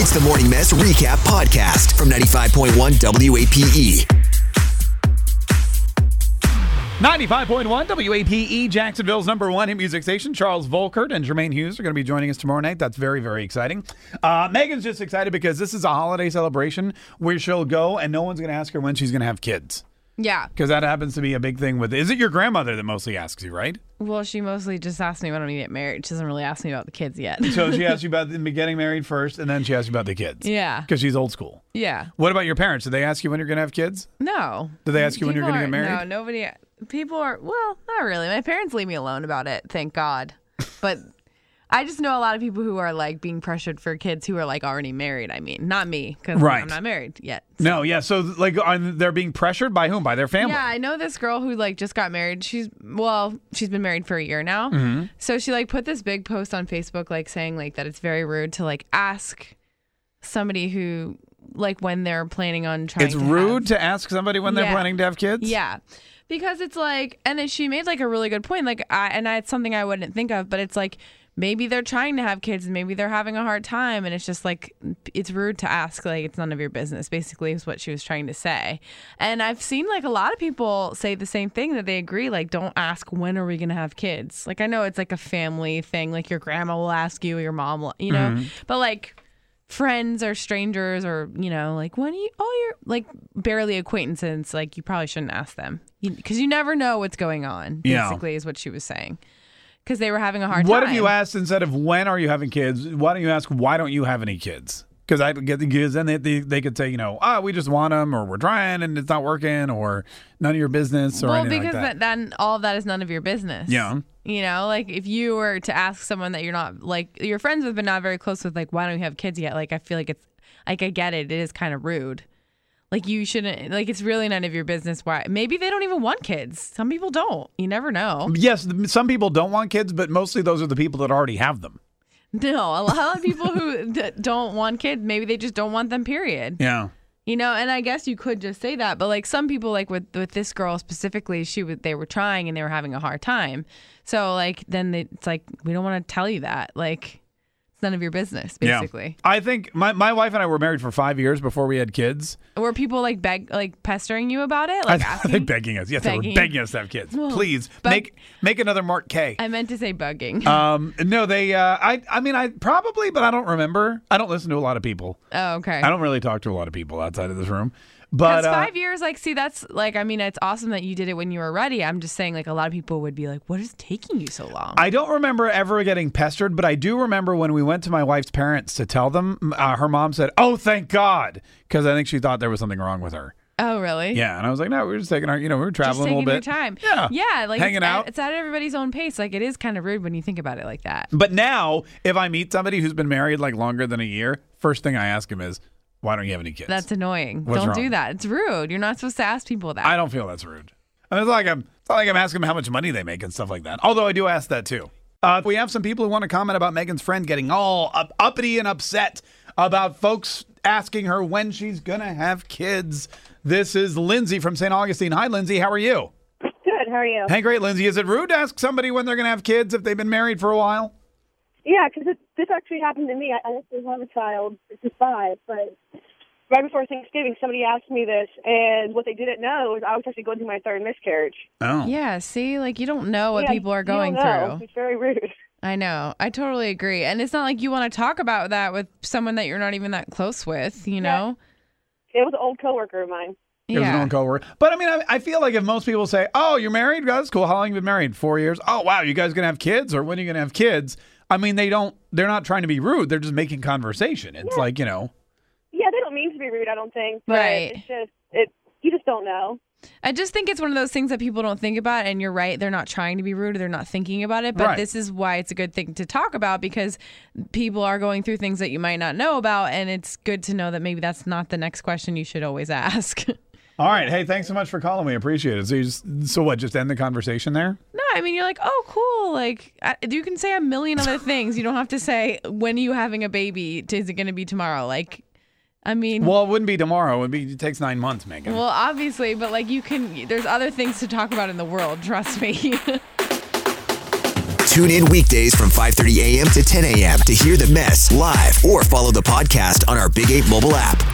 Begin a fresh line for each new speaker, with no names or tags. It's the Morning Mess Recap Podcast from 95.1 WAPE.
95.1 WAPE, E, Jacksonville's number one hit music station. Charles Volkert and Jermaine Hughes are going to be joining us tomorrow night. That's very, very exciting. Uh, Megan's just excited because this is a holiday celebration where she'll go and no one's going to ask her when she's going to have kids.
Yeah.
Because that happens to be a big thing with. Is it your grandmother that mostly asks you, right?
Well, she mostly just asks me when I'm going to get married. She doesn't really ask me about the kids yet.
So she asks you about the, getting married first and then she asks you about the kids.
Yeah.
Because she's old school.
yeah.
What about your parents? Did they ask you when you're going to have kids?
No.
Did they ask you when you're
People
gonna get
aren't-
married?
No, nobody. People are, well, not really. My parents leave me alone about it, thank God. But I just know a lot of people who are like being pressured for kids who are like already married. I mean, not me, because
Right.
I'm not married yet.
No, yeah. So, like, are they're being pressured by whom? By their family.
Yeah, I know this girl who like just got married. She's well, she's been married for a year now.
Mm-hmm.
So she like put this big post on Facebook like saying like that it's very rude to like ask somebody who like when they're planning on trying
It's
to
rude
have-
to ask somebody when they're
Yeah.
planning to have kids?
Yeah. Because it's like and then she made like a really good point like I and I, it's something I wouldn't think of, but it's like maybe they're trying to have kids and maybe they're having a hard time and it's just like it's rude to ask like it's none of your business basically is what she was trying to say and i've seen like a lot of people say the same thing that they agree like don't ask when are we going to have kids like i know it's like a family thing like your grandma will ask you or your mom will, you know but like friends or strangers or you know like when you oh you're like barely acquaintances like you probably shouldn't ask them because you, never know what's going on
Yeah.
basically is what she was saying because they were having a hard
What
time
if you asked instead of when are you having kids? Why don't you ask why don't you have any kids? Because I get because then they, they they could say you know ah we just want them or we're trying and it's not working or none of your business or
well
anything
because
like that.
th- then all of that is none of your business
Yeah.
you know like if you were to ask someone that you're not like you're friends with but not very close with like why don't you have kids yet like i feel like it's like i get it it is kind of rude like you shouldn't like it's really none of your business why maybe they don't even want kids some people don't you never know
yes, th- some people don't want kids, but mostly those are the people that already have them.
no a lot of people who d- don't want kids maybe they just don't want them period
Yeah.
You know, and I guess you could just say that, but like some people, like with with this girl specifically, she was they were trying and they were having a hard time. So like then they, it's like we don't want to tell you that. Like it's none of your business, basically.
Yeah. I think my, my wife and I were married for five years before we had kids.
Were people like beg like pestering you about it? Like
I,
asking?
they begging us. Yes, they were
Begging.
begging us to have kids.
Well,
Please
but-
make make another Mark K.
I meant to say bugging.
Um, no, they. Uh, I. I mean, I probably, but I don't remember. I don't listen to a lot of people.
oh, okay.
I don't really talk to a lot of people outside of this room. But
That's
uh,
five years. Like, see, that's like, I mean, it's awesome that you did it when you were ready. I'm just saying, like, a lot of people would be like, "What is taking you so long?"
I don't remember ever getting pestered. But I do remember when we went to my wife's parents to tell them. m- Uh, her mom said, "Oh, thank God," because I think she thought there was something wrong with her.
oh, really?
Yeah, and I was like, "No, we were just taking our. You know, we were
just
traveling a
taking
little bit.
your time.
Yeah,
yeah, like
hanging
it's
out.
At, it's at everybody's own pace. Like it is kind of rude when you think about it like that.
but now, if I meet somebody who's been married like longer than a year, first thing I ask him is, "Why don't you have any kids?"
That's annoying.
What's
Don't
wrong?
do that. It's rude. You're not supposed to ask people that.
I don't feel that's rude. I mean, it's like I'm it's not like I'm asking them how much money they make and stuff like that. Although I do ask that too. Uh, we have some people who want to comment about Megan's friend getting all up, uppity and upset about folks asking her when she's gonna have kids. This is Lindsay from St. Augustine. Hi, Lindsay. How are you?
Good. How are you?
Hey, great, Lindsay. Is it rude to ask somebody when they're gonna have kids if they've been married for a while?
Yeah, 'cause it this actually happened to me. I honestly have a child. This is five, but right before Thanksgiving, somebody asked me this, and what they didn't know is I was actually going through my third miscarriage.
Oh,
yeah, see, like you don't know what
Yeah,
people
you
are
don't
going
know.
through.
It's very rude.
I know. I totally agree. And it's not like you want to talk about that with someone that you're not even that close with, you know?
It was an old coworker of mine.
It was an old coworker. But I mean, I, I feel like if most people say, "Oh, you're married? Oh, That's cool. How long you been married? Four years. Oh, wow. You guys gonna have kids, or when are you gonna have kids?" I mean, they don't. They're not trying to be rude. They're just making conversation. It's like you know.
Yeah, they don't mean to be rude. I don't think. but
Right.
It's just it. You just don't know.
I just think it's one of those things that people don't think about, and you're right. They're not trying to be rude or they're not thinking about it. But
Right.
this is why it's a good thing to talk about because people are going through things that you might not know about, and it's good to know that maybe that's not the next question you should always ask.
All right. Hey, thanks so much for calling. We appreciate it. So, you just, so what? Just end the conversation there?
no, I mean, you're like, oh, cool. Like, I, you can say a million other things. You don't have to say, when are you having a baby? Is it going to be tomorrow? Like, I mean,
Well, it wouldn't be tomorrow. It'd be, it takes nine months, Megan.
well, obviously, but like, you can, there's other things to talk about in the world. Trust me.
Tune in weekdays from 5:30 a.m. to 10 a.m. to hear the mess live or follow the podcast on our Big 8 mobile app.